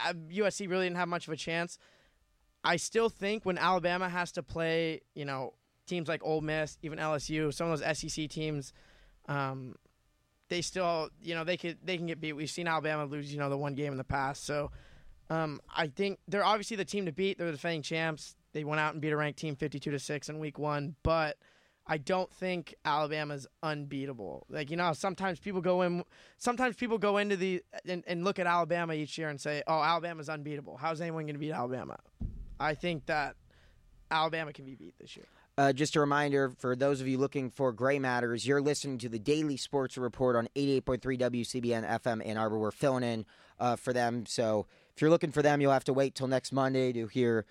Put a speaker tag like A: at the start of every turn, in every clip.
A: I, USC really didn't have much of a chance. I still think when Alabama has to play, you know, teams like Ole Miss, even LSU, some of those SEC teams, um, they still, you know, they could they can get beat. We've seen Alabama lose, you know, the one game in the past. So um, I think they're obviously the team to beat. They're the defending champs. They went out and beat a ranked team fifty-two to six in week one, but I don't think Alabama's unbeatable. Like you know, sometimes people go in, sometimes people go into the and, and look at Alabama each year and say, "Oh, Alabama's unbeatable. How's anyone going to beat Alabama?" I think that Alabama can be beat this year.
B: Uh, just a reminder for those of you looking for Gray Matters, you're listening to the Daily Sports Report on 88.3 WCBN FM Ann Arbor. We're filling in uh, for them. So if you're looking for them, you'll have to wait till next Monday to hear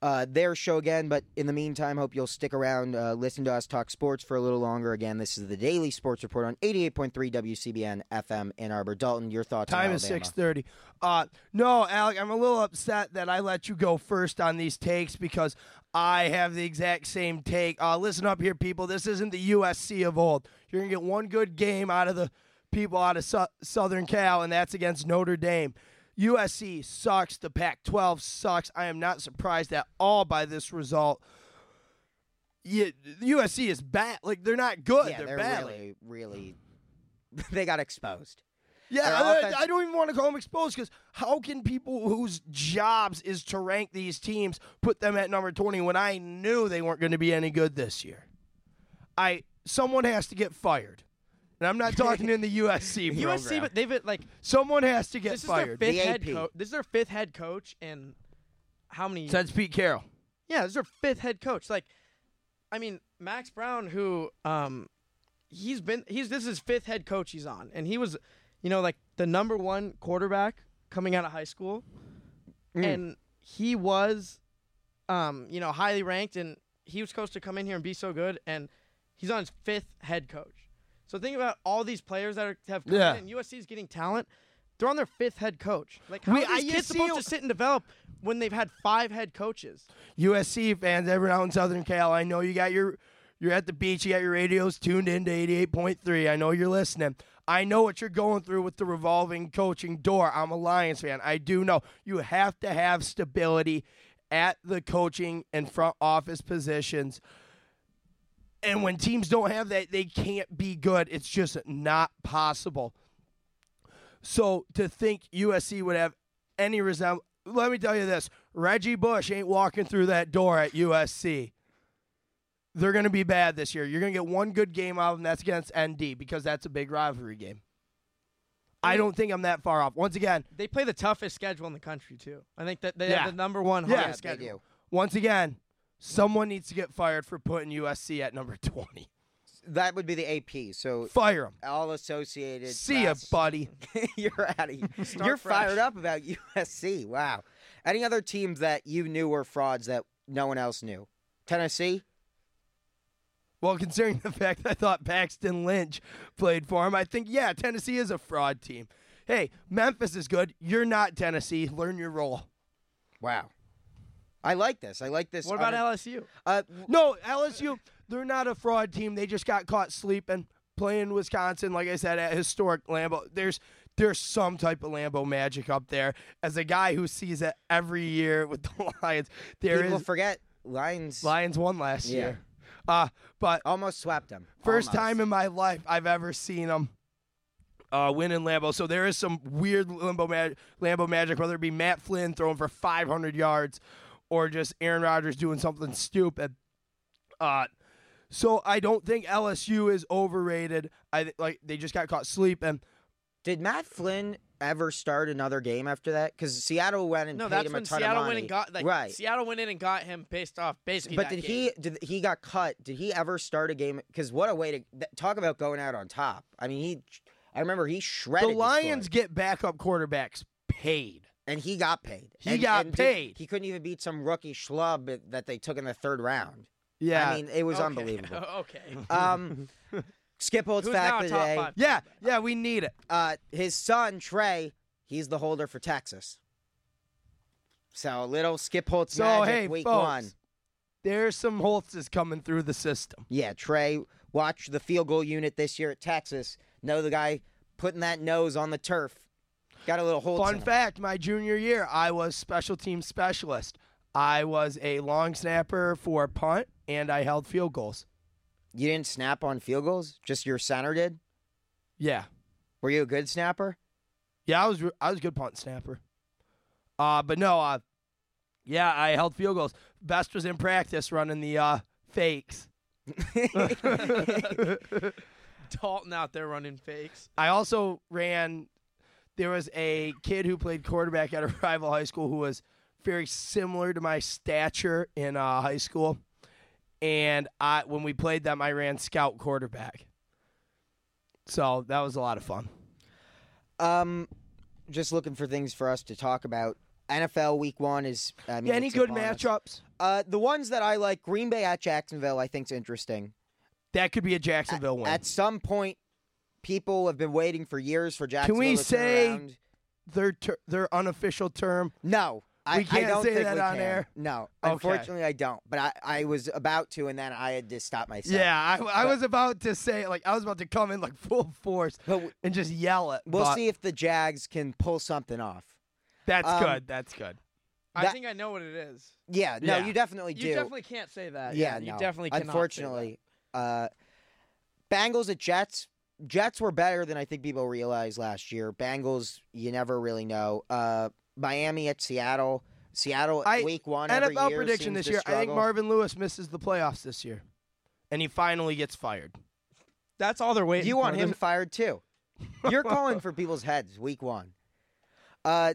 B: uh, their show again. But in the meantime, hope you'll stick around, uh, listen to us talk sports for a little longer. Again, this is the Daily Sports Report on 88.3 WCBN FM Ann Arbor. Dalton, your thoughts
C: Time
B: on
C: is
B: Alabama?
C: six thirty. Uh, no, Alec, I'm a little upset that I let you go first on these takes because I have the exact same take. Uh, listen up here, people. This isn't the USC of old. You're gonna get one good game out of the people out of Sou- Southern Cal, and that's against Notre Dame. USC sucks. The Pac-12 sucks. I am not surprised at all by this result. Yeah, USC is bad. Like they're not good.
B: Yeah,
C: they're,
B: they're
C: bad.
B: really, really. they got exposed. Their
C: Yeah, I,
B: offense-
C: I don't even want to call them exposed because how can people whose jobs is to rank these teams put them at number 20 when I knew they weren't going to be any good this year? I someone has to get fired. And I'm not talking in the USC program.
A: USC, but they've like
C: someone has to get
A: this is
C: fired.
A: their fifth
B: The
A: head
B: AP.
A: coach. This is their fifth head coach, and how many?
C: Since Pete Carroll.
A: Yeah, this is their fifth head coach. Like, I mean, Max Brown, who um, he's been he's this is his fifth head coach he's on, and he was, you know, like the number one quarterback coming out of high school,
C: Mm.
B: Mm.
A: and he was, um, you know, highly ranked, and he was supposed to come in here and be so good, and he's on his fifth head coach. So think about all these players that are, have come
C: Yeah.
A: in. USC is getting talent. They're on their fifth head coach. Like, how
C: We-
A: are
C: I-
A: these
C: you
A: kids
C: see-
A: supposed to sit and develop when they've had five head coaches?
C: USC fans, everyone out in Southern Cal, I know you got your you're at the beach, you got your radios tuned in to 88.3. I know you're listening. I know what you're going through with the revolving coaching door. I'm a Lions fan. I do know you have to have stability at the coaching and front office positions. And when teams don't have that, they can't be good. It's just not possible. So to think USC would have any resemblance, let me tell you this: Reggie Bush ain't walking through that door at USC. They're going to be bad this year. You're going to get one good game out of them. That's against ND because that's a big rivalry game. I don't think I'm that far off. Once again,
A: They play the toughest schedule in the country too. I think that they
C: Yeah.
A: have the number one
C: Yeah,
A: hardest
C: they
B: They
A: schedule.
B: do.
C: once again, someone needs to get fired for putting USC at number 20.
B: That would be the AP. So
C: Fire them.
B: all associated.
C: See ya,
B: press.
C: buddy.
B: you're out of
A: Start
B: you're fired
A: fresh.
B: up about USC. Wow. Any other teams that you knew were frauds that no one else knew? Tennessee.
C: Well, considering the fact that I thought Paxton Lynch played for him, I think, yeah, Tennessee is a fraud team. Hey, Memphis is good. You're not Tennessee. Learn your role.
B: Wow. I like this. I like this.
A: What about
B: other-
A: LSU?
B: uh,
C: No, LSU, they're not a fraud team. They just got caught sleeping, playing Wisconsin, like I said, at historic Lambeau. There's there's some type of Lambeau magic up there. As a guy who sees it every year with the Lions, there is
B: People forget Lions
C: Lions won last
B: Yeah.
C: year. Uh, but
B: almost swept them.
C: First
B: Almost.
C: time in my life I've ever seen them uh, win in Lambeau. So there is some weird Lambeau, mag- Lambeau magic, whether it be Matt Flynn throwing for 500 yards or just Aaron Rodgers doing something stupid. Uh, so I don't think LSU is overrated. I th- like they just got caught sleeping.
B: Did Matt Flynn ever start another game after that? Because Seattle went and
A: No,
B: paid
A: that's
B: him a
A: when
B: ton
A: Seattle
B: of money.
A: went and got like
B: right.
A: Seattle went in and got him based off basically.
B: But
A: that
B: did
A: game.
B: he? Did he got cut? Did he ever start a game? Because what a way to th- talk about going out on top. I mean, he. I remember he
C: The
B: shredded the
C: Lions
B: score,
C: get backup quarterbacks paid.
B: and he got paid.
C: He
B: And-
C: got
B: and did-
C: paid.
B: he couldn't even beat some rookie schlub that- that they took in the third round.
C: Yeah.
B: I mean, it was
A: Okay.
B: unbelievable.
A: okay.
B: Um, Skip Holtz
A: Who's now
B: fact
A: a
B: of the
A: top
B: day.
A: five?
C: yeah, yeah, we need it.
B: Uh, his son Trey, he's the holder for Texas. So a little Skip Holtz
C: So,
B: magic
C: hey,
B: week
C: folks,
B: one.
C: There's some Holtzes coming through the system.
B: Yeah, Trey, watch the field goal unit this year at Texas. Know the guy putting that nose on the turf. Got a little hold.
C: Fun fact: My junior year, I was special team specialist. I was a long snapper for punt, and I held field goals.
B: You didn't snap on field goals. Just your center did.
C: Yeah,
B: Were you a good snapper?
C: yeah, I was I was a good punt snapper. Uh, but no, uh, yeah, I held field goals. Best was in practice running the uh, fakes.
A: Dalton out there running fakes.
C: I also ran. There was a kid who played quarterback at a rival high school who was very similar to my stature in uh, high school, and I when we played them, I ran scout quarterback. So that was a lot of fun.
B: Um, just looking for things for us to talk about. NFL Week One is. I mean,
C: Yeah, any
B: it's
C: good
B: upon us.
C: matchups?
B: Uh, the ones that I like, Green Bay at Jacksonville, I think's interesting.
C: That could be a Jacksonville win.
B: At some point, people have been waiting for years for Jacksonville. to
C: we
B: turn
C: say-
B: around.
C: their ter- their unofficial term.
B: no? I,
C: We can't
B: I don't
C: say
B: think
C: that
B: we
C: on
B: can.
C: air?
B: No,
C: Okay.
B: unfortunately, I don't. But I, I was about to, and then I had to stop myself.
C: yeah, I, I
B: but-
C: was about to say like I was about to come in like full force
B: but w-
C: and just yell it.
B: we'll
C: but
B: see if the Jags can pull something off.
C: That's
B: um,
C: good. That's good.
A: I
B: That-
A: think I know what it is.
B: Yeah, no,
C: Yeah.
B: you definitely do. Uh,
A: You definitely can't say that.
B: yeah,
A: you
B: no.
A: definitely cannot. say that.
B: Unfortunately, uh, Bengals at Jets. Jets were better than I think people realized last year. Bengals, you never really know. Uh, Miami at Seattle. Seattle
C: I-
B: week one every
C: NFL
B: year
C: prediction
B: seems
C: this
B: to
C: year. I think
B: struggle.
C: Marvin Lewis misses the playoffs this year, and he finally gets fired.
A: that's all they're waiting.
B: You
A: for.
B: want him
A: There's-
B: fired too? You're calling for people's heads week one. Uh,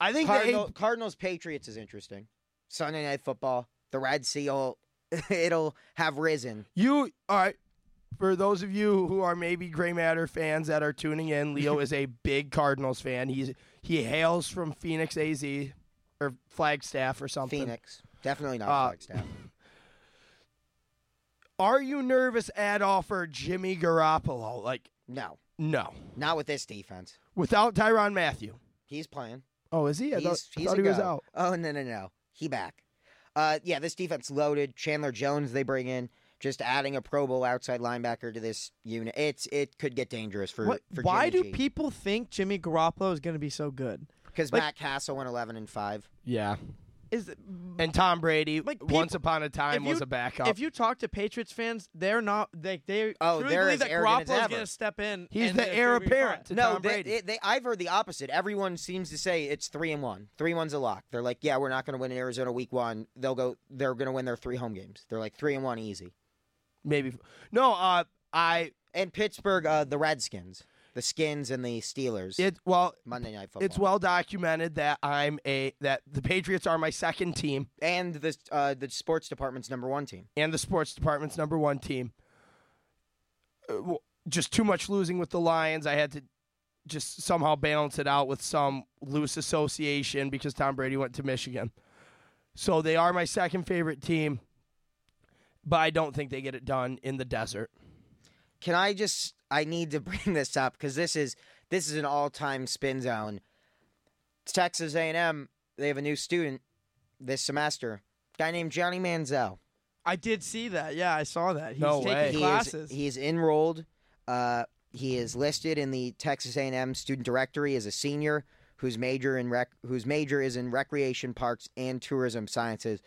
C: I think
B: Cardinal,
C: the
B: Cardinals Patriots is interesting. Sunday night football. The Red Seal. It'll have risen.
C: A- you all right. For those of you who are maybe Gray Matter fans that are tuning in, Leo is a big Cardinals fan. He's he hails from Phoenix, AZ, or Flagstaff, or something.
B: Phoenix. Definitely not
C: Uh,
B: Flagstaff.
C: Are you nervous at all for Jimmy Garoppolo? Like,
B: No,
C: no.
B: not with this defense.
C: Without Tyron Matthew.
B: He's playing.
C: Oh, is he? I
B: he's,
C: thought, I
B: he's
C: thought
B: a
C: he was
B: go.
C: out.
B: Oh no no no, he back. Uh, yeah, this defense loaded. Chandler Jones they bring in, just adding a Pro Bowl outside linebacker to this unit. It's it could get dangerous for
A: What-
B: for
A: why
B: Jimmy
A: do people think Jimmy Garoppolo is going to be so good?
B: because
A: like-
B: Matt Castle went eleven and five.
C: Yeah.
A: Is it-
C: And Tom Brady,
A: Like,
C: once
A: people-
C: upon a time,
A: if
C: was
A: you-
C: a backup.
A: if you talk to Patriots fans, they're not. They they
B: Oh,
A: truly
B: they're
A: believe
B: as
A: that
B: arrogant as
A: Garoppolo is
B: ever.
A: going to step in.
C: He's
A: and
C: the
A: they're
C: heir
A: gonna be fine.
C: apparent to
B: No,
C: Tom
B: they,
C: Brady.
B: they, they, I've heard the opposite. Everyone seems to say it's three and one. Three one's a lock. They're like, yeah, we're not going to win in Arizona week one. They'll go. They're going to win their three home games. They're like three and one easy.
C: Maybe. No, uh, I.
B: And Pittsburgh, uh, the Redskins, the Skins, and the Steelers.
C: It, well,
B: Monday Night Football.
C: it's well documented that I'm a. That the Patriots are my second team
B: and the uh, the sports department's number one team.
C: and the sports department's number one team. Uh, w- Just too much losing with the Lions. I had to just somehow balance it out with some loose association because Tom Brady went to Michigan. So they are my second favorite team, but I don't think they get it done in the desert.
B: Can I just? I need to bring this up because this is this is an all time spin zone. Texas A and M. They have a new student this semester. Guy named Johnny Manziel.
A: I did see that. Yeah, I saw that. He's
C: No
A: taking
C: way. He
B: is-
A: classes.
B: he is enrolled. Uh, he is listed in the Texas A and M student directory as a senior whose major in rec- whose major is in recreation parks and tourism sciences.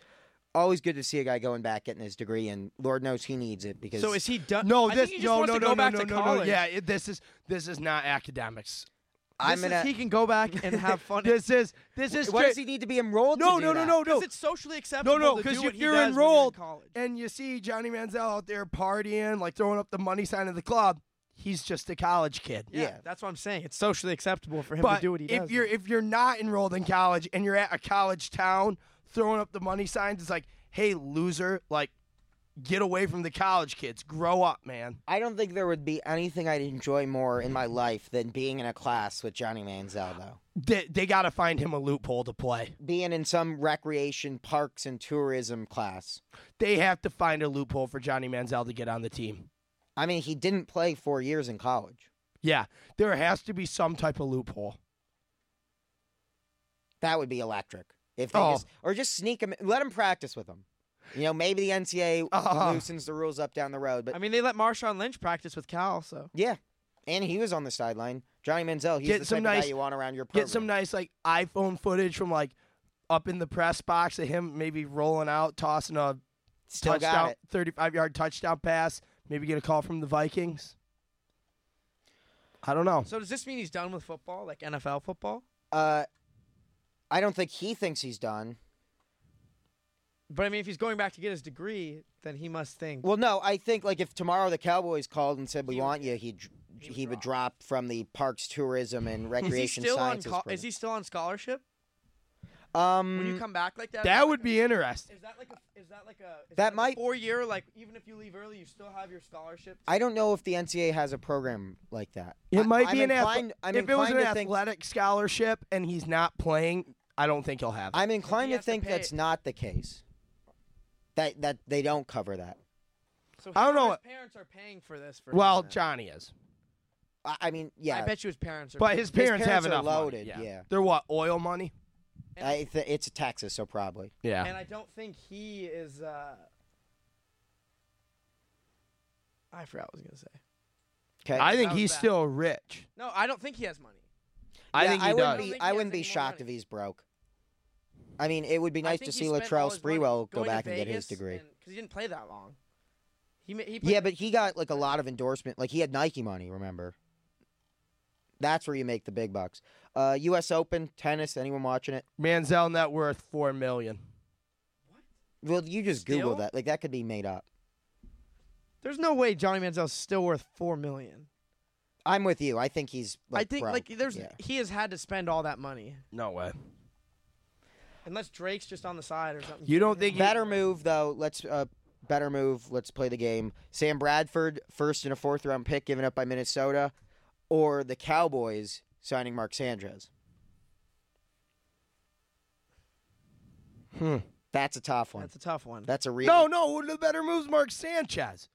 B: Always good to see a guy going back getting his degree, and Lord knows he needs it because
A: so is he done?
C: No,
A: I
C: this
A: think he just
C: no
A: wants
C: no
A: to
C: no
A: go
C: no,
A: back
C: no,
A: to
C: no, no,
A: college.
C: Yeah, it, this is this is not academics.
B: I'm
A: This is-
B: gonna.
A: he can go back and have fun.
C: This is this is
B: Why
C: straight-
B: does he need to be enrolled? to
C: no,
B: do
C: no, no
B: that?
C: no no
A: Because it's socially acceptable.
C: no,
A: to
C: 'cause
A: do
C: you-
A: what he
C: you're
A: does when
C: enrolled.
A: in college.
C: and you see Johnny Manziel out there partying, like throwing up the money sign of the club. He's just a college kid.
A: Yeah,
B: Yeah.
A: that's what I'm saying. It's socially acceptable for him
C: but
A: to do what he
C: if
A: does.
C: you're if you're not enrolled in college and you're at a college town throwing up the money signs, it's like, hey loser, like get away from the college kids, grow up, man.
B: I don't think there would be anything I'd enjoy more in my life than being in a class with Johnny Manziel, though.
C: They, they got to find him a loophole to play.
B: Being in some recreation parks and tourism class.
C: They have to find a loophole for Johnny Manziel to get on the team.
B: I mean, he didn't play four years in college.
C: Yeah, there has to be some type of loophole.
B: That would be electric. If they
C: Oh.
B: just, or just sneak him, let him practice with him. You know, maybe the NCAA
C: Uh-huh.
B: loosens the rules up down the road, but
A: I mean, they let Marshawn Lynch practice with Cal, so
B: yeah. And he was on the sideline. Johnny Manziel, he's
C: Get
B: the
C: some
B: type of guy
C: nice-
B: you want around your program.
C: Get some nice like iPhone footage from like up in the press box of him maybe rolling out, tossing a
B: Still got
C: touchdown,
B: it.
C: 35 yard touchdown pass. Maybe get a call from the Vikings. I don't know.
A: So does this mean he's done with football, like NFL football?
B: Uh, I don't think he thinks he's done.
A: But I mean, if he's going back to get his degree, then he must think.
B: Well, no, I think like if tomorrow the Cowboys called and said we
A: He would-
B: want you, he
A: he
B: he,
A: would
B: he would
A: drop.
B: drop from the Parks Tourism and
A: is he
B: Recreation
A: still on?
B: Sciences.
A: Co-
B: program.
A: is he still on scholarship?
B: um,
A: When you come back like that,
C: Mm. That would be interesting.
A: Is that like a? Is that like a? Is
B: That might-
A: four year. Like even if you leave early, you still have your scholarship.
B: I don't know if the NCAA has a program like that.
C: It
B: I-
C: might
B: I'm
C: be an athle-
B: inclined, I'm
C: if it was
B: inclined
C: an
B: to think,
C: athletic scholarship and he's not playing, I don't think he'll have it.
B: I'm inclined
A: he
B: to
A: has to
B: think
A: pay-
B: that's not the case. That that they don't cover that.
A: So
C: I don't know
A: his
C: what-
A: parents are paying for this. For
C: well,
A: him now.
C: Johnny is.
B: I, I mean, yeah,
A: I bet you his parents are.
C: But
A: paying.
C: his parents, have
B: parents are
C: enough money,
B: loaded, yeah.
C: They're what, oil money?
B: I th- it's Texas, so probably.
C: Yeah.
A: and I don't think he is. uh I forgot what I was gonna say.
B: Okay,
C: I think
A: That was
C: he's
A: bad.
C: still rich.
A: No, I don't think he has money.
C: I
B: Yeah,
C: think he
B: I
C: does.
B: wouldn't
A: I
B: be.
A: don't
B: I
A: think
B: wouldn't
A: he
B: be
A: has any more
B: shocked if
A: money.
B: he's broke. I mean, it would be nice to see Latrell Sprewell go back and get his degree.
A: because he didn't play that long. He, ma- he played,
B: Yeah, but he got like a lot of endorsement. Like he had Nike money. Remember, that's where you make the big bucks. Uh, U.S. Open tennis. Anyone watching it?
C: Manziel net worth four million.
B: Well, you just
A: Still?
B: Google that. Like that could be made up.
A: there's no way Johnny Manziel's still worth four million.
B: I'm with you. I think he's. Like,
A: I think
B: broke.
A: like there's
B: Yeah.
A: he has had to spend all that money
C: No way.
A: unless Drake's just on the side or something.
C: You don't think he-
B: better move though. Let's uh, better move. Let's play the game. Sam Bradford, first and a fourth round pick given up by Minnesota, or the Cowboys signing Mark Sanchez.
C: Hmm.
B: That's a tough one.
A: That's a tough one.
B: That's a real.
C: No, no. One of the better moves, Mark Sanchez.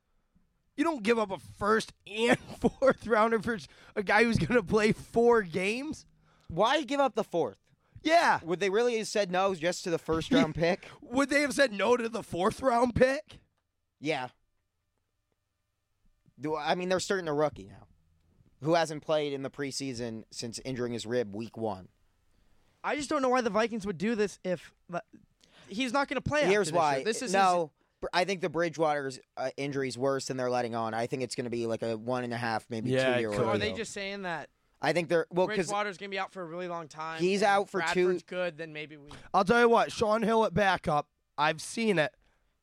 C: You don't give up a first and fourth rounder for a guy who's going to play four games.
B: Why give up the fourth?
C: Yeah.
B: Would they really have said no just to the first round pick?
C: Would they have said no to the fourth round pick?
B: Yeah. Do I mean they're starting a rookie now, who hasn't played in the preseason since injuring his rib week one.
A: I just don't know why the Vikings would do this if but he's not going to play.
B: Here's
A: after this
B: why.
A: year. This is
B: no. Br- I think the Bridgewater's uh, injury is worse than they're letting on. I think it's going to be like a one and a half, maybe
C: Yeah, it
B: two year.
A: His,
C: could
A: so are
C: Rodeo.
A: they just saying that
B: I think they're well because
A: Bridgewater's going to be out for a really long time?
B: He's
A: and
B: out for two-
A: Bradford's Good, then maybe we.
C: I'll tell you what, Sean Hill at backup. I've seen it.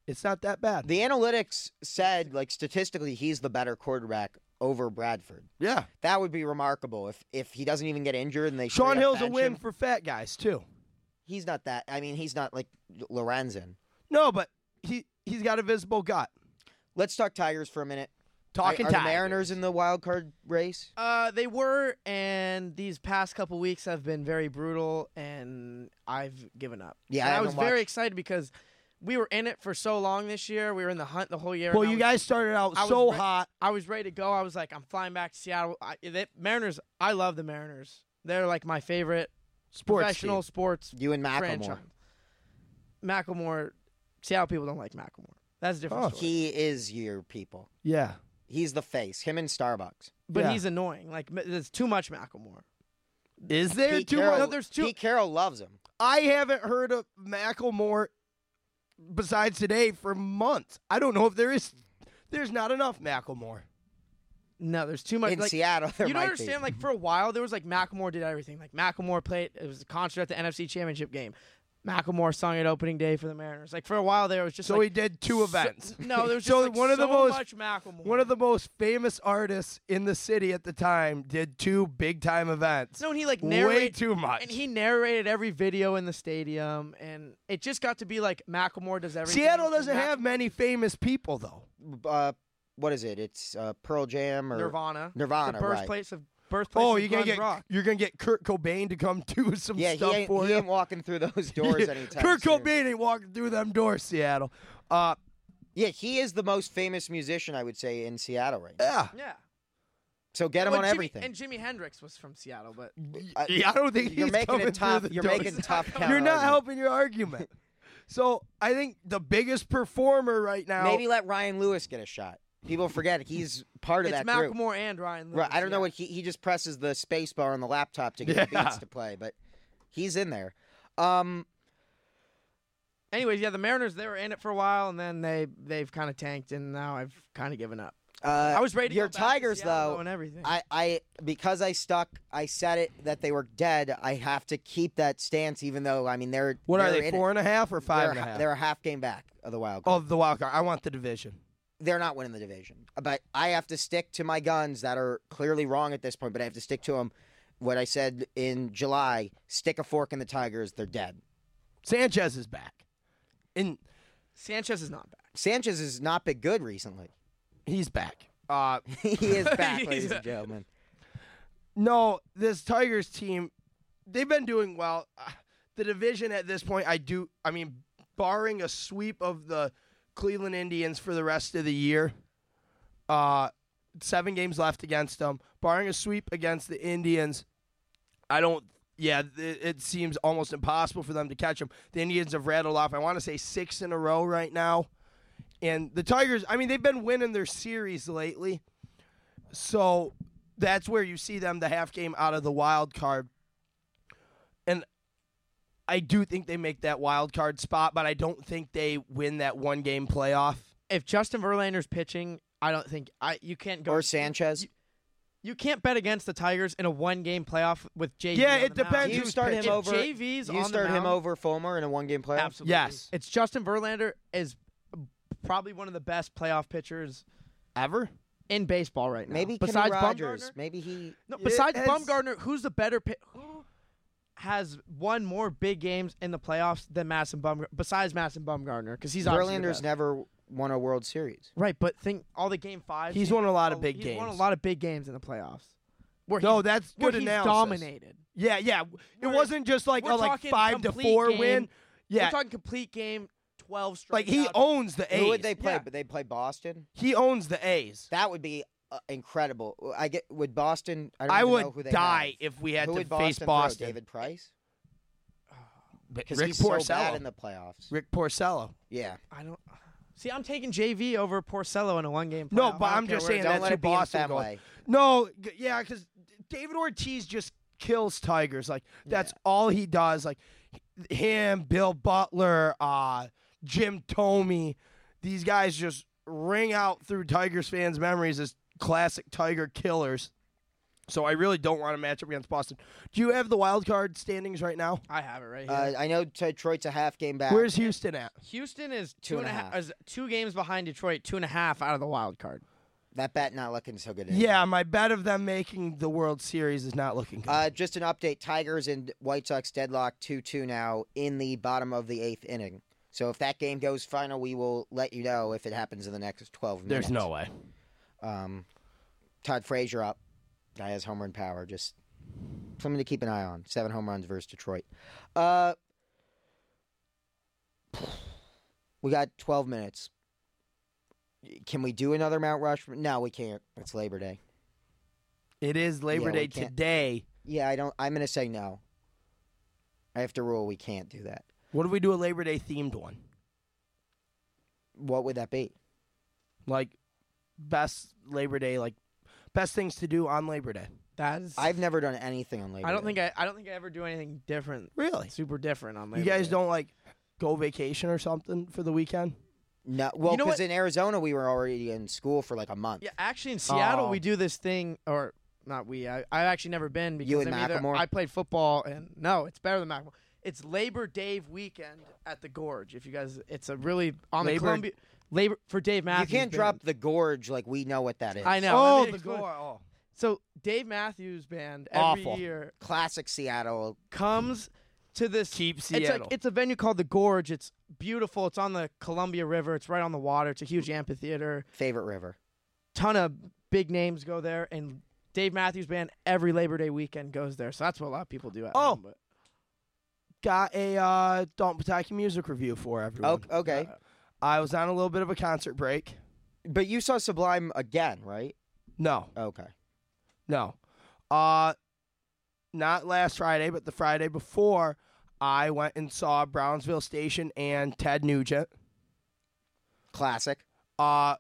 C: It's not that bad.
B: the analytics said like statistically he's the better quarterback over Bradford.
C: yeah.
B: That would be remarkable if if he doesn't even get injured and they
C: Sean
B: straight up
C: Hill's a
B: bench
C: win
B: him.
C: for fat guys, too.
B: He's not that. I mean, he's not like Lorenzen.
C: No, but he, he's got a visible gut.
B: Let's talk Tigers for a minute.
C: Talking
B: are, are
C: time.
B: the Mariners in the wild card race?
A: Uh, they were, and these past couple weeks have been very brutal, and I've given up.
B: Yeah, I
A: And I, was
B: haven't
A: very
B: watched-
A: excited because we were in it for so long this year. We were in the hunt the whole year.
C: Well,
A: and I
C: you
A: was-
C: guys started out
A: I was
C: so
A: re-
C: hot.
A: I was ready to go. I was like, I'm flying back to Seattle. I, they, Mariners, I love the Mariners. They're like my favorite
C: Sports
A: professional
C: team.
A: sports
B: You and Macklemore.
A: franchise. Macklemore, Seattle people don't like Macklemore. That's a different
C: Oh.
A: story.
B: He is your people.
C: Yeah.
B: He's the face. Him and Starbucks.
A: but
C: yeah.
A: he's annoying. Like m- there's too much Macklemore.
C: Is there
B: Pete
C: too
B: Carroll,
A: no,
C: much?
A: there's two-
B: Pete Carroll loves him.
C: I haven't heard of Macklemore besides today for months. I don't know if there is. There's not enough Macklemore.
A: No, there's
C: Uh,
A: too much.
B: in
A: like,
B: Seattle, there
A: you
B: might
A: don't understand.
B: be.
A: Like for a while, there was like Macklemore did everything. Like Macklemore played. It was a concert at the NFC Championship game. Macklemore sung at opening day for the Mariners. Like for a while there, it was just
C: So
A: like,
C: he did two
A: so-
C: events.
A: no, there was just
C: So
A: like,
C: one of the
A: so
C: most-
A: much Macklemore.
C: One of the most famous artists in the city at the time did two big time events.
A: no, and he like
C: Way
A: narrated
C: too much.
A: and he narrated every video in the stadium, and it just got to be like Macklemore does everything.
C: Seattle
A: and
C: doesn't
A: Mac-
C: have many famous people though.
B: Uh, what is it? It's uh, Pearl Jam or
A: Nirvana.
B: Nirvana,
A: the
B: right?
A: birthplace of birthplace.
C: Oh,
A: of
C: you're gonna
A: grunge
C: get
A: rock.
C: you're gonna get Kurt Cobain to come do some
B: Yeah, he
C: stuff
B: ain't,
C: for
B: he
C: you.
B: ain't walking through those doors
C: Yeah,
B: anytime
C: Kurt
B: soon.
C: Cobain ain't walking through them doors, Seattle. Uh,
B: Yeah, he is the most famous musician, I would say, in Seattle right now.
C: yeah.
A: Yeah.
B: So get him
A: Well,
B: on
A: Jimi-
B: everything.
A: And Jimi Hendrix was from Seattle, but
B: I-
C: Yeah, I don't think
B: you're
C: he's
B: making
C: coming
B: it tough.
C: through the
B: You're
C: doors.
B: making tough.
C: You're
B: counter
C: not
B: argument.
C: helping your argument. So I think the biggest performer right now.
B: Maybe let Ryan Lewis get a shot. People forget he's part of
A: It's
B: that
A: Malcolm
B: group.
A: Moore and Ryan Lewis.
B: Right, I don't know
A: yeah.
B: what he he just presses the space bar on the laptop to get the
C: Yeah.
B: beats to play, but he's in there. Um,
A: Anyways, yeah, the Mariners they were in it for a while, and then they they've kind of tanked, and now I've kind of given up.
B: uh,
A: I was ready. to go
B: your
A: back to
B: Tigers,
A: Seattle
B: though,
A: and everything.
B: I, I because I stuck. I said it that they were dead. I have to keep that stance, even though I mean they're
C: What are
B: they're
C: they?
B: in it.
C: Four and a half or five
B: They're,
C: and a
B: a-
C: half? Oh.
B: they're a half game back of the wild card.
C: of the wild card. I want the division.
B: They're not winning the division, but I have to stick to my guns that are clearly wrong at this point. But I have to stick to them. What I said in July: stick a fork in the Tigers. They're dead.
C: Sanchez is back, and
A: Sanchez is not back.
B: Sanchez has not been good recently.
C: he's back. Uh,
B: he is back,
A: He's
B: ladies and
A: back.
B: gentlemen.
C: no, this Tigers team, they've been doing well. Uh, the division at this point, I do. I mean, barring a sweep of the Cleveland Indians for the rest of the year, uh, seven games left against them. Barring a sweep against the Indians, I don't. Yeah, it, it seems almost impossible for them to catch them. The Indians have rattled off. I want to say six in a row right now, and the Tigers. I mean, they've been winning their series lately, so that's where you see them the half game out of the wild card. And I do think they make that wild card spot, but I don't think they win that one game playoff.
A: If Justin Verlander's pitching, I don't think I you can't go
B: Or Sanchez.
A: You, you can't bet against the Tigers in a one game playoff with JV.
C: Yeah,
A: on
C: it
A: the mound.
C: depends
B: You
C: who's
B: start him
C: pitching.
B: over.
A: JV's on
B: You
A: the
B: start him
A: mound.
B: over Fulmer in a one-game playoff.
A: Absolutely.
C: Yes.
A: It's Justin Verlander is probably one of the best playoff pitchers
C: Ever?
A: in baseball right now.
B: Maybe
A: besides
B: Kenny Rogers.
A: Bumgarner,
B: Maybe he.
A: no,
C: It
A: besides
C: has-
A: Bumgarner, who's the better pi- who has won more big games in the playoffs than Madison Bumgarner? Besides Madison Bumgarner, because he's obviously the
B: Verlander's
A: best.
B: never won a World Series.
A: right. But think all the game fives. oh,
C: He's won a lot of big
A: he's Won a
C: games.
A: lot of big games in the playoffs. Where
C: No,
A: he's-
C: that's
A: where
C: good
A: he's
C: analysis.
A: dominated.
C: Yeah, yeah. It
A: We're-
C: wasn't just like
A: we're
C: a like
A: talking
C: five to
A: complete
C: four
A: game.
C: win.
A: We're
C: Yeah,
A: talking complete game, twelve straight.
C: like he owns the A's.
B: Who would they play?
A: yeah.
B: But they play Boston.
C: He owns the A's.
B: That would be uh, incredible. I get would Boston. I, don't
C: I
B: even know who
C: would
B: they
C: die
B: Have.
C: if we had
B: who
C: to
B: would
C: face
B: Boston, Throw?
C: Boston.
B: David Price.
C: But
B: Because
C: Rick
B: he's
C: Porcello.
B: so bad in the playoffs.
C: Rick Porcello.
B: Yeah.
A: I don't. See, I'm taking JV over Porcello in a one game.
C: No, but I'm just saying
B: Don't
C: that's
B: let
C: who
B: it be in
C: Boston
B: Fenway.
C: goes. No, g- yeah, because David Ortiz just kills Tigers. Like that's all he does. Like h- him, Bill Butler, uh, Jim Tomey, these guys just ring out through Tigers fans' memories as classic Tiger killers. So I really don't want to match up against Boston. Do you have the wild card standings right now?
A: I have it right here.
B: Uh, I know Detroit's a half game back.
C: Where's Houston at?
A: Houston is
B: Two
A: two
B: and a half.
A: is two games behind Detroit, two and a half out of the wild card.
B: that bat not looking so good? anymore.
C: Yeah, my bet of them making the World Series is not looking good.
B: Uh, just an update: Tigers and White Sox deadlock two-two now in the bottom of the eighth inning. So if that game goes final, we will let you know if it happens in the next twelve minutes.
C: There's no way.
B: Um, Todd Frazier up. Guy has home run power. Just something to keep an eye on. Seven home runs versus Detroit. Uh, we got twelve minutes. Can we do another Mount Rushmore? No, we can't. It's Labor Day.
C: It is Labor
B: Yeah, we
C: Day
B: can't-
C: today.
B: Yeah, I don't. I'm gonna say no. I have to rule we can't do that.
C: What if we do a Labor Day themed one?
B: What would that be?
C: Like best Labor Day, like best things to do on Labor Day.
A: That's I,
B: I've never done anything on Labor.
A: don't
B: Day.
A: think I, I don't think I ever do anything different,
C: Really?
A: super different on
C: You
A: Labor
C: guys
A: Day.
C: don't like go vacation or something for the weekend?
B: No, well,
A: You know
B: because
A: what-
B: in Arizona we were already in school for like a month.
A: Yeah, actually in Seattle
C: Oh.
A: we do this thing, or not we. I, I've actually never been because
B: You and
A: I'm either-
B: Macklemore?
A: I played football, and no, it's better than Macklemore. It's Labor Day weekend at the Gorge. If you guys, it's a really on the
C: Labor-
A: Columbia Labor for Dave
B: you
A: Matthews.
B: can't
A: Band.
B: drop the gorge like we know what that is.
A: I know. let
C: oh,
A: me
C: the
A: explain.
C: gore. Oh.
A: So Dave Matthews Band every
C: Awful.
A: year
B: Classic Seattle.
A: comes to this.
C: Keep
A: It's
C: Seattle.
A: like it's a venue called the Gorge. It's beautiful. It's on the Columbia River. It's right on the water. It's a huge amphitheater.
B: Favorite river.
A: Ton of big names go there, and Dave Matthews Band every Labor Day weekend goes there. So that's what a lot of people do. At
C: Oh.
A: home, but
C: Got a uh, Dalton Pataki music review for everyone.
B: Oh, okay.
C: I was on a little bit of a concert break.
B: But you saw Sublime again, right?
C: No,
B: Okay.
C: no. Uh, not last Friday, but the Friday before, I went and saw Brownsville Station and Ted Nugent.
B: Classic.
C: Uh,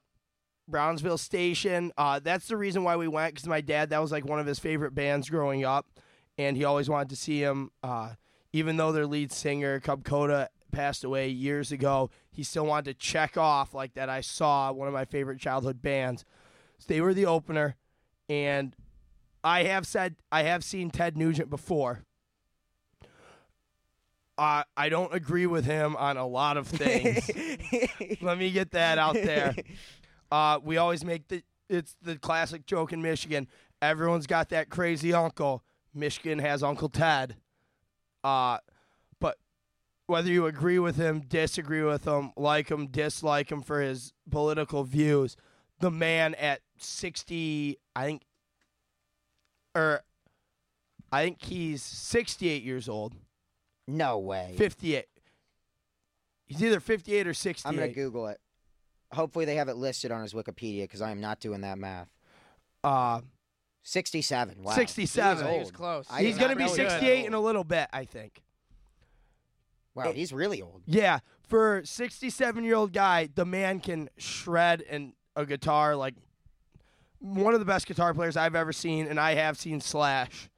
C: Brownsville Station. Uh, that's the reason why we went because my dad, that was like one of his favorite bands growing up, and he always wanted to see him. Uh, even though their lead singer Cub Coda passed away years ago, he still wanted to check off like that. I saw one of my favorite childhood bands. So they were the opener, and I have said I have seen Ted Nugent before. Uh, I don't agree with him on a lot of things. Let me get that out there. Uh, we always make the it's the classic joke in Michigan. Everyone's got that crazy uncle. Michigan has Uncle Ted. Uh, but whether you agree with him, disagree with him, like him, dislike him for his political views, the man at 60, I think, or I think he's 68 years old.
B: No way.
C: 58. He's either 58 or 68.
B: I'm gonna Google it. Hopefully they have it listed on his Wikipedia because I am not doing that math.
C: uh,
B: Sixty-seven. Wow.
C: 67.
B: He
A: He
B: is
A: was
B: old.
A: close.
B: I
C: He's
B: did
A: not
C: going to be
A: really
B: realize that.
C: 68 in a little bit, I think.
B: Wow, he's really old.
C: Yeah, for a 67 year old guy, the man can shred and a guitar like one of the best guitar players I've ever seen, and I have seen Slash.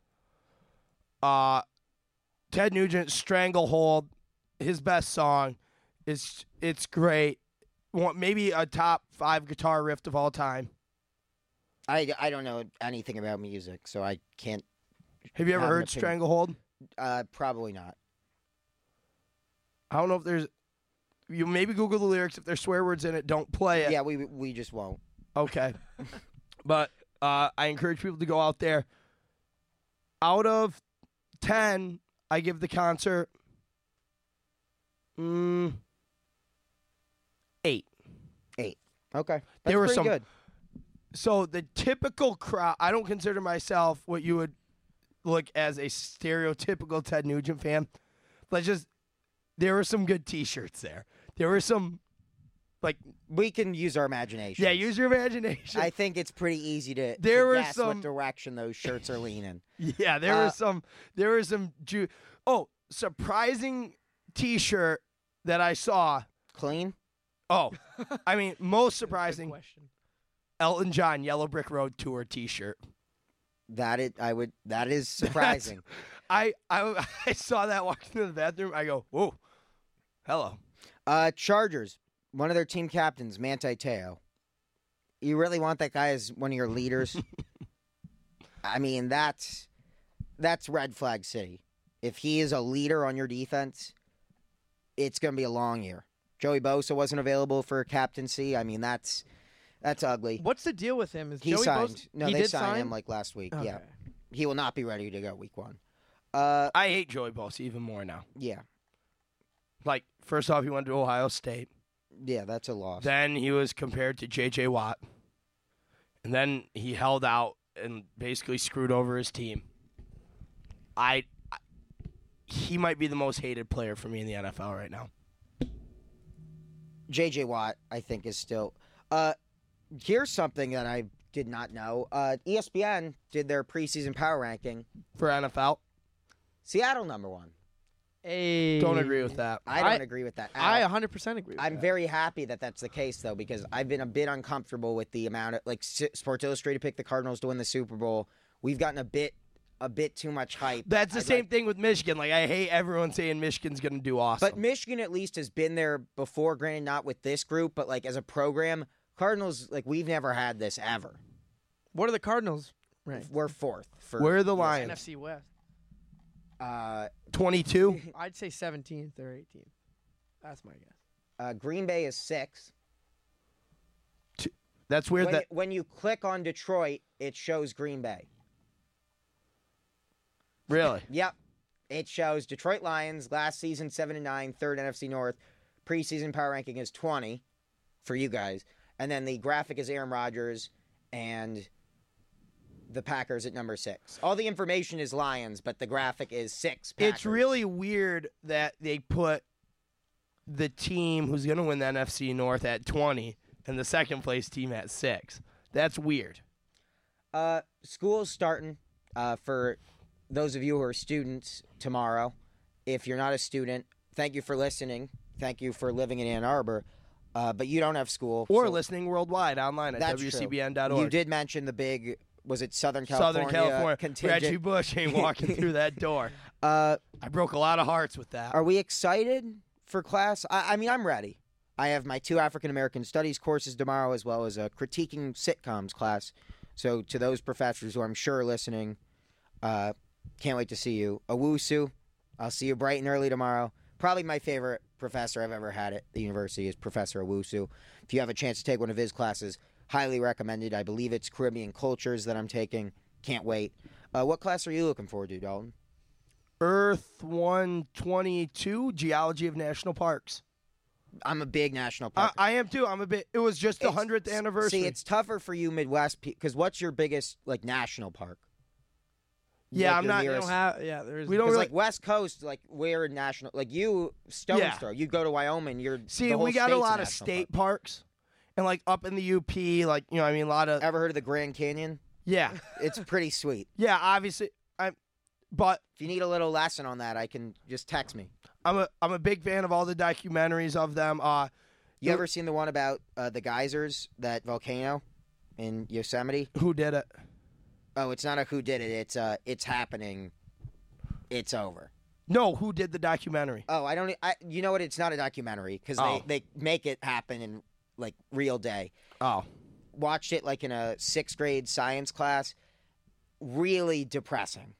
C: Uh, Ted Nugent Stranglehold, his best song, is it's great. One, maybe a top five guitar riff of all time.
B: I, I don't know anything about music, so I can't.
C: Have you ever
B: Not an
C: heard
B: opinion.
C: Stranglehold?
B: Uh, probably not.
C: I don't know if there's. You maybe Google the lyrics if there's swear words in it. Don't play
B: Yeah,
C: it.
B: we we just won't.
C: Okay. but uh, I encourage people to go out there. Out of 10, I give the concert mm, eight.
B: Okay. That's
C: There were
B: pretty
C: some-
B: good.
C: So the typical crowd, I don't consider myself what you would look as a stereotypical Ted Nugent fan. Let's just, there were some good t shirts there. There were some, like,
B: We can use our imagination.
C: yeah, use your imagination.
B: I think it's pretty easy to,
C: There
B: to
C: were
B: guess
C: some-
B: what direction those shirts are leaning.
C: Yeah, there
B: Uh,
C: was some. There was some. Ju- oh, surprising T-shirt that I saw.
B: Clean.
C: Oh, I mean, most
A: Good
C: surprising
A: question.
C: Elton John Yellow Brick Road tour T-shirt.
B: That it. I would. That is surprising.
C: I I, I saw that walking into the bathroom. I go, whoa, hello.
B: Uh, Chargers, one of their team captains, Manti Te'o. You really want that guy as one of your leaders? I mean, that's that's red flag city. If he is a leader on your defense, it's going to be a long year. Joey Bosa wasn't available for captaincy. I mean, that's that's ugly.
A: What's the deal with him? Is
B: He
A: Joey
B: signed.
A: Bosa-
B: no,
A: he
B: they
A: did
B: signed
A: sign?
B: him like last week. Yeah,
A: Okay.
B: he will not be ready to go week one. Uh,
C: I hate Joey Bosa even more now.
B: yeah,
C: Like, first off, he went to Ohio State.
B: yeah, that's a loss.
C: Then he was compared to J.J. Watt, and then he held out and basically screwed over his team. I, I he might be the most hated player for me in the NFL right now.
B: JJ Watt, I think, is still. Uh, here's something that I did not know. Uh, ESPN did their preseason power ranking.
C: For NFL,
B: Seattle number one.
A: Hey.
C: don't agree with that.
B: I don't
A: I-
B: agree with that.
A: I
B: At all.
A: 100% agree. With
B: I'm
A: that.
B: very happy that that's the case though, because I've been a bit uncomfortable with the amount of like S- Sports Illustrated picked the Cardinals to win the Super Bowl. We've gotten a bit, a bit too much hype.
C: That's the
B: I'd
C: same
B: like-
C: thing with Michigan. Like I hate everyone saying Michigan's going to do awesome.
B: but Michigan at least has been there before. Granted, not with this group, but like as a program, Cardinals like we've never had this ever.
A: What are the Cardinals? Right.
B: We're fourth for
C: Where are the Lions?
A: NFC West.
B: uh,
C: Twenty-two.
A: I'd say 17th or 18th. That's my guess.
B: Uh, Green Bay is six.
C: That's weird.
B: When,
C: that
B: when you click on Detroit, it shows Green Bay.
C: really.
B: Yep, it shows Detroit Lions last season seven and nine, third NFC North. Preseason power ranking is twenty for you guys, and then the graphic is Aaron Rodgers and the Packers at number six. All the information is Lions, but the graphic is six. Packers.
C: It's really weird that they put the team who's going to win the NFC North at 20 and the second place team at 6. That's weird.
B: Uh, school's starting uh, for those of you who are students tomorrow. If you're not a student, thank you for listening. Thank you for living in Ann Arbor. Uh, but you don't have school.
C: or
B: so
C: listening worldwide online at
B: that's true.
C: wcbn.org.
B: You did mention the big, was it Southern California?
C: Southern California.
B: Contingent.
C: Reggie Bush ain't walking through that door.
B: Uh,
C: I broke a lot of hearts with that.
B: are we excited for class? I, I mean, I'm ready. I have my two African American studies courses tomorrow, as well as a critiquing sitcoms class. So, to those professors who I'm sure are listening, uh, can't wait to see you. Awusu, I'll see you bright and early tomorrow. Probably my favorite professor I've ever had at the university is Professor Awusu. If you have a chance to take one of his classes, highly recommended. I believe it's Caribbean cultures that I'm taking. Can't wait. Uh, what class are you looking forward to, Dalton?
C: Earth 122, Geology of National Parks.
B: I'm a big national park.
C: I, I am too. I'm a bit. It was just the
B: It's-
C: hundredth anniversary.
B: See, it's tougher for you Midwest because what's your biggest like national park?
C: Yeah,
B: Like,
C: I'm
B: your
C: not-
A: They don't
B: nearest-
A: have. Uh, Yeah, there's.
C: We don't
B: 'cause,
C: really-
B: like West Coast, like we're national. Like you, Stone's
C: Yeah.
B: Throw. You go to Wyoming, you're
C: see,
B: the whole
C: we got a
B: state's
C: lot of
B: national
C: state parks, and like up in the UP, like you know, what I mean, a lot of
B: Park. Ever heard of the Grand Canyon?
C: yeah,
B: It's pretty sweet.
C: yeah. Obviously, I'm, but
B: If you need a little lesson on that, I can just text me.
C: I'm a I'm a big fan of all the documentaries of them. Uh,
B: You
C: Who-
B: ever seen the one about uh, the geysers, that volcano in Yosemite?
C: who did it?
B: Oh, it's not a who did it. It's uh, it's happening. It's over.
C: No, who did the documentary?
B: Oh, I don't. I, you know what? It's not a documentary because
C: Oh.
B: they, they make it happen in like real day.
C: Oh,
B: Watched it like in a sixth grade science class. Really depressing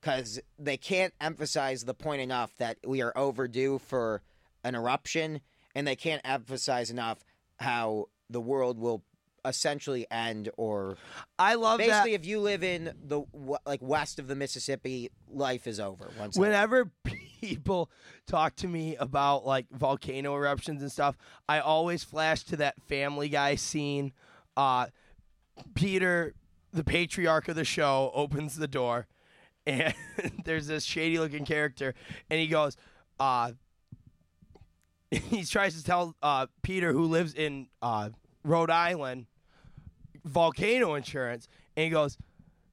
B: because they can't emphasize the point enough that we are overdue for an eruption, and they can't emphasize enough how the world will essentially end or
C: I love that.
B: basically if you live in the w- like west of the Mississippi, life is over. Once it's-
C: Whenever people talk to me about like volcano eruptions and stuff, I always flash to that Family Guy scene. Uh, Peter, the patriarch of the show, opens the door, and there's this shady looking character, and he goes, uh, he tries to tell uh, Peter, who lives in uh, Rhode Island, volcano insurance, and he goes,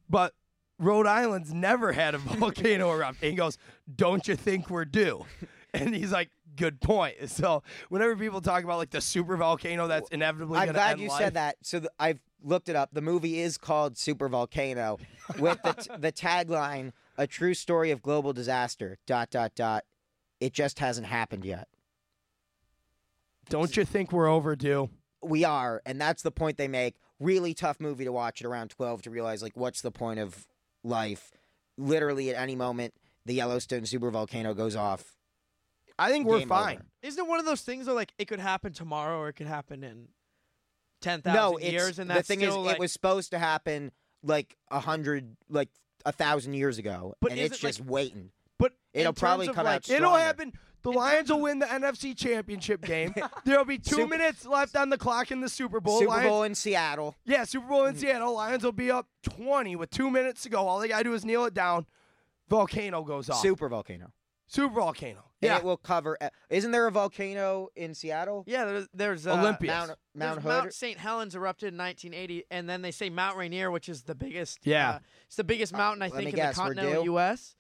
C: but Rhode Island's never had a volcano erupt. And he goes, Don't you think we're due? And he's like, Good point. So whenever people talk about like the super volcano that's inevitably
B: I'm
C: gonna
B: glad
C: end
B: you
C: life-
B: said that. So th- I've looked it up. The movie is called Super Volcano, with the, t- the tagline "A true story of global disaster." Dot dot dot. It just hasn't happened yet.
C: Don't you think we're overdue?
B: We are, and that's the point they make. Really tough movie to watch at around 12 to realize like what's the point of life. Literally at any moment, the Yellowstone supervolcano goes off.
C: I think we're
B: Game
C: fine.
B: over.
A: Isn't it one of those things though? Like it could happen tomorrow, or it could happen in ten thousand
B: No, it's,
A: years, and
B: the
A: that's
B: thing
A: still
B: is,
A: like,
B: it was supposed to happen like a hundred, like a thousand years ago,
A: But
B: and
A: is
B: it's
A: it, like-
B: just waiting.
A: But in
B: It'll
A: terms
B: probably
A: of,
B: come
A: like,
B: out
C: It'll
B: stronger.
C: happen. The Lions will win the NFC Championship game. There'll be two
B: Super-
C: minutes left on the clock in the Super Bowl.
B: Super
C: Lions-
B: Bowl in Seattle.
C: Yeah, Super Bowl in Seattle. Lions will be up 20 with two minutes to go. All they got to do is kneel it down. Volcano goes off.
B: Super volcano.
C: Super volcano.
B: And
C: Yeah.
B: it will cover. uh, Isn't there a volcano in Seattle?
A: yeah. There's, there's uh,
C: Olympia.
B: Mount
C: Yes.
B: Mount
A: there's
B: Hood.
A: Mount St. Helens erupted in 1980, and then they say Mount Rainier, which is the biggest.
C: Yeah.
A: uh, it's the biggest mountain I
B: let me
A: think in
B: guess,
A: the
B: we're
A: continental
B: due?
A: U.S.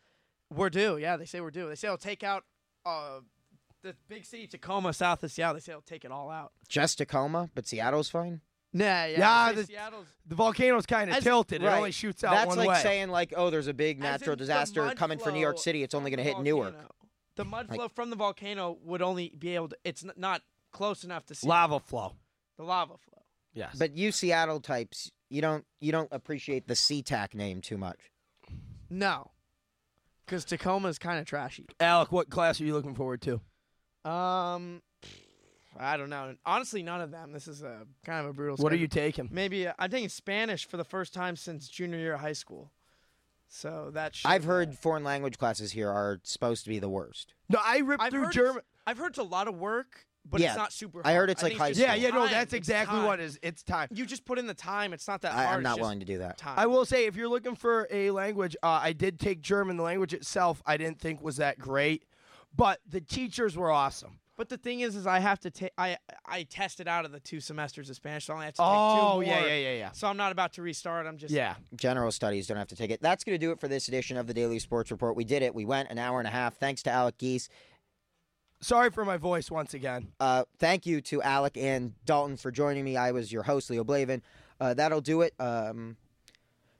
A: We're due. Yeah, they say we're due. They say it'll take out uh, the big city Tacoma, south of Seattle. They say it'll take it all out.
B: Just Tacoma, but Seattle's fine.
A: Nah, yeah. they
C: Yeah,
A: say
C: the-
A: Seattle's
C: The volcano's kind of
A: As-
C: tilted. It
B: Right.
C: only shoots out
B: That's
C: one
B: like
C: way.
B: saying like, oh, there's a big
A: As
B: natural
A: in the
B: disaster
A: mud
B: coming for New York
A: flow
B: City. It's only going to hit Newark.
A: volcano. The mud
B: Like-
A: flow from the volcano would only be able to. It's n- not close enough to see
C: Lava flow.
A: the lava flow.
C: Yes.
B: But you Seattle types, you don't you don't appreciate the SeaTac name too much.
A: No, because Tacoma's kind of trashy.
C: Alec, what class are you looking forward to?
A: Um, I don't know. Honestly, none of them. This is a kind of a brutal.
C: What are
A: schedule.
C: you taking?
A: Maybe uh, I'm taking Spanish for the first time since junior year of high school. So that uh, should,
B: I've heard foreign language classes here are supposed to be the worst.
C: No, I ripped
A: I've
C: through
A: heard
C: German.
A: it's- I've heard it's a lot of work, but
B: Yeah,
A: it's not super.
B: I heard
A: hard.
B: it's like
A: think
B: high
A: just
B: school.
C: Yeah, yeah, no,
A: time.
C: that's
A: It's
C: exactly
A: time.
C: what it is. It's time.
A: You just put in the time. It's not that
B: I,
A: hard.
B: I'm
A: it's
B: not
A: just
B: willing to do that.
A: Time.
C: I will say, if you're looking for a language, uh, I did take German. The language itself, I didn't think was that great, but the teachers were awesome.
A: But the thing is, is I have to take. I I tested out of the two semesters of Spanish. So I only have to take
C: Oh,
A: two
C: yeah,
A: more.
C: yeah, yeah, yeah.
A: So I'm not about to restart. I'm just
C: Yeah.
B: general studies don't have to take it. That's going to do it for this edition of the Daily Sports Report. We did it. We went an hour and a half. Thanks to Alec Geese.
C: Sorry for my voice once again.
B: Uh, thank you to Alec and Dalton for joining me. I was your host, Leo Blavin. Uh, that'll do it. Um,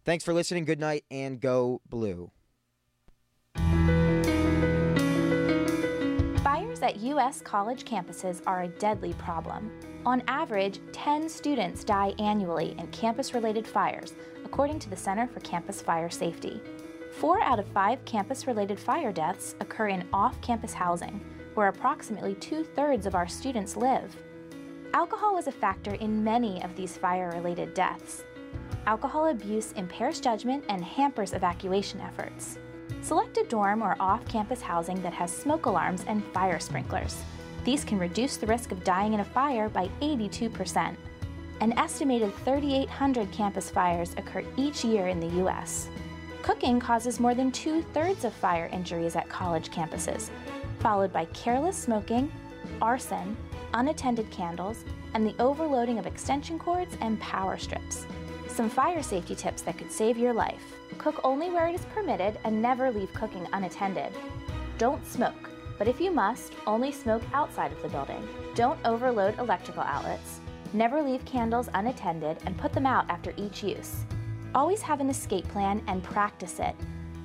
B: thanks for listening. Good night and go blue.
D: Fires at U.S. college campuses are a deadly problem. On average, 10 students die annually in campus related fires, according to the Center for Campus Fire Safety. Four out of five campus related fire deaths occur in off campus housing, where approximately two thirds of our students live. Alcohol is a factor in many of these fire related deaths. Alcohol abuse impairs judgment and hampers evacuation efforts. Select a dorm or off campus housing that has smoke alarms and fire sprinklers. These can reduce the risk of dying in a fire by 82%. An estimated 3,800 campus fires occur each year in the U.S. Cooking causes more than two thirds of fire injuries at college campuses, followed by careless smoking, arson, unattended candles, and the overloading of extension cords and power strips. Some fire safety tips that could save your life cook only where it is permitted and never leave cooking unattended. Don't smoke, but if you must, only smoke outside of the building. Don't overload electrical outlets. Never leave candles unattended and put them out after each use. Always have an escape plan and practice it.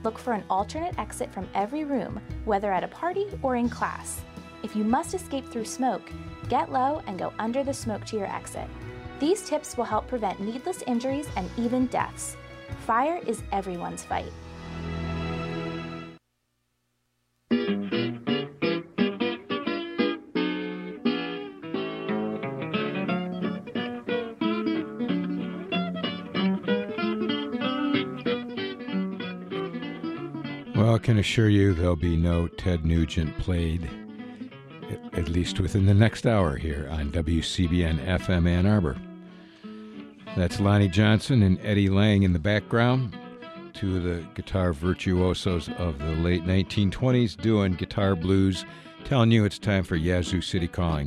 D: Look for an alternate exit from every room, whether at a party or in class. If you must escape through smoke, get low and go under the smoke to your exit. These tips will help prevent needless injuries and even deaths. Fire is everyone's fight.
E: Well, I can assure you there'll be no Ted Nugent played, a- at least within the next hour here on WCBN FM Ann Arbor. That's Lonnie Johnson and Eddie Lang in the background, two of the guitar virtuosos of the late 1920s doing guitar blues, telling you it's time for Yazoo City Calling.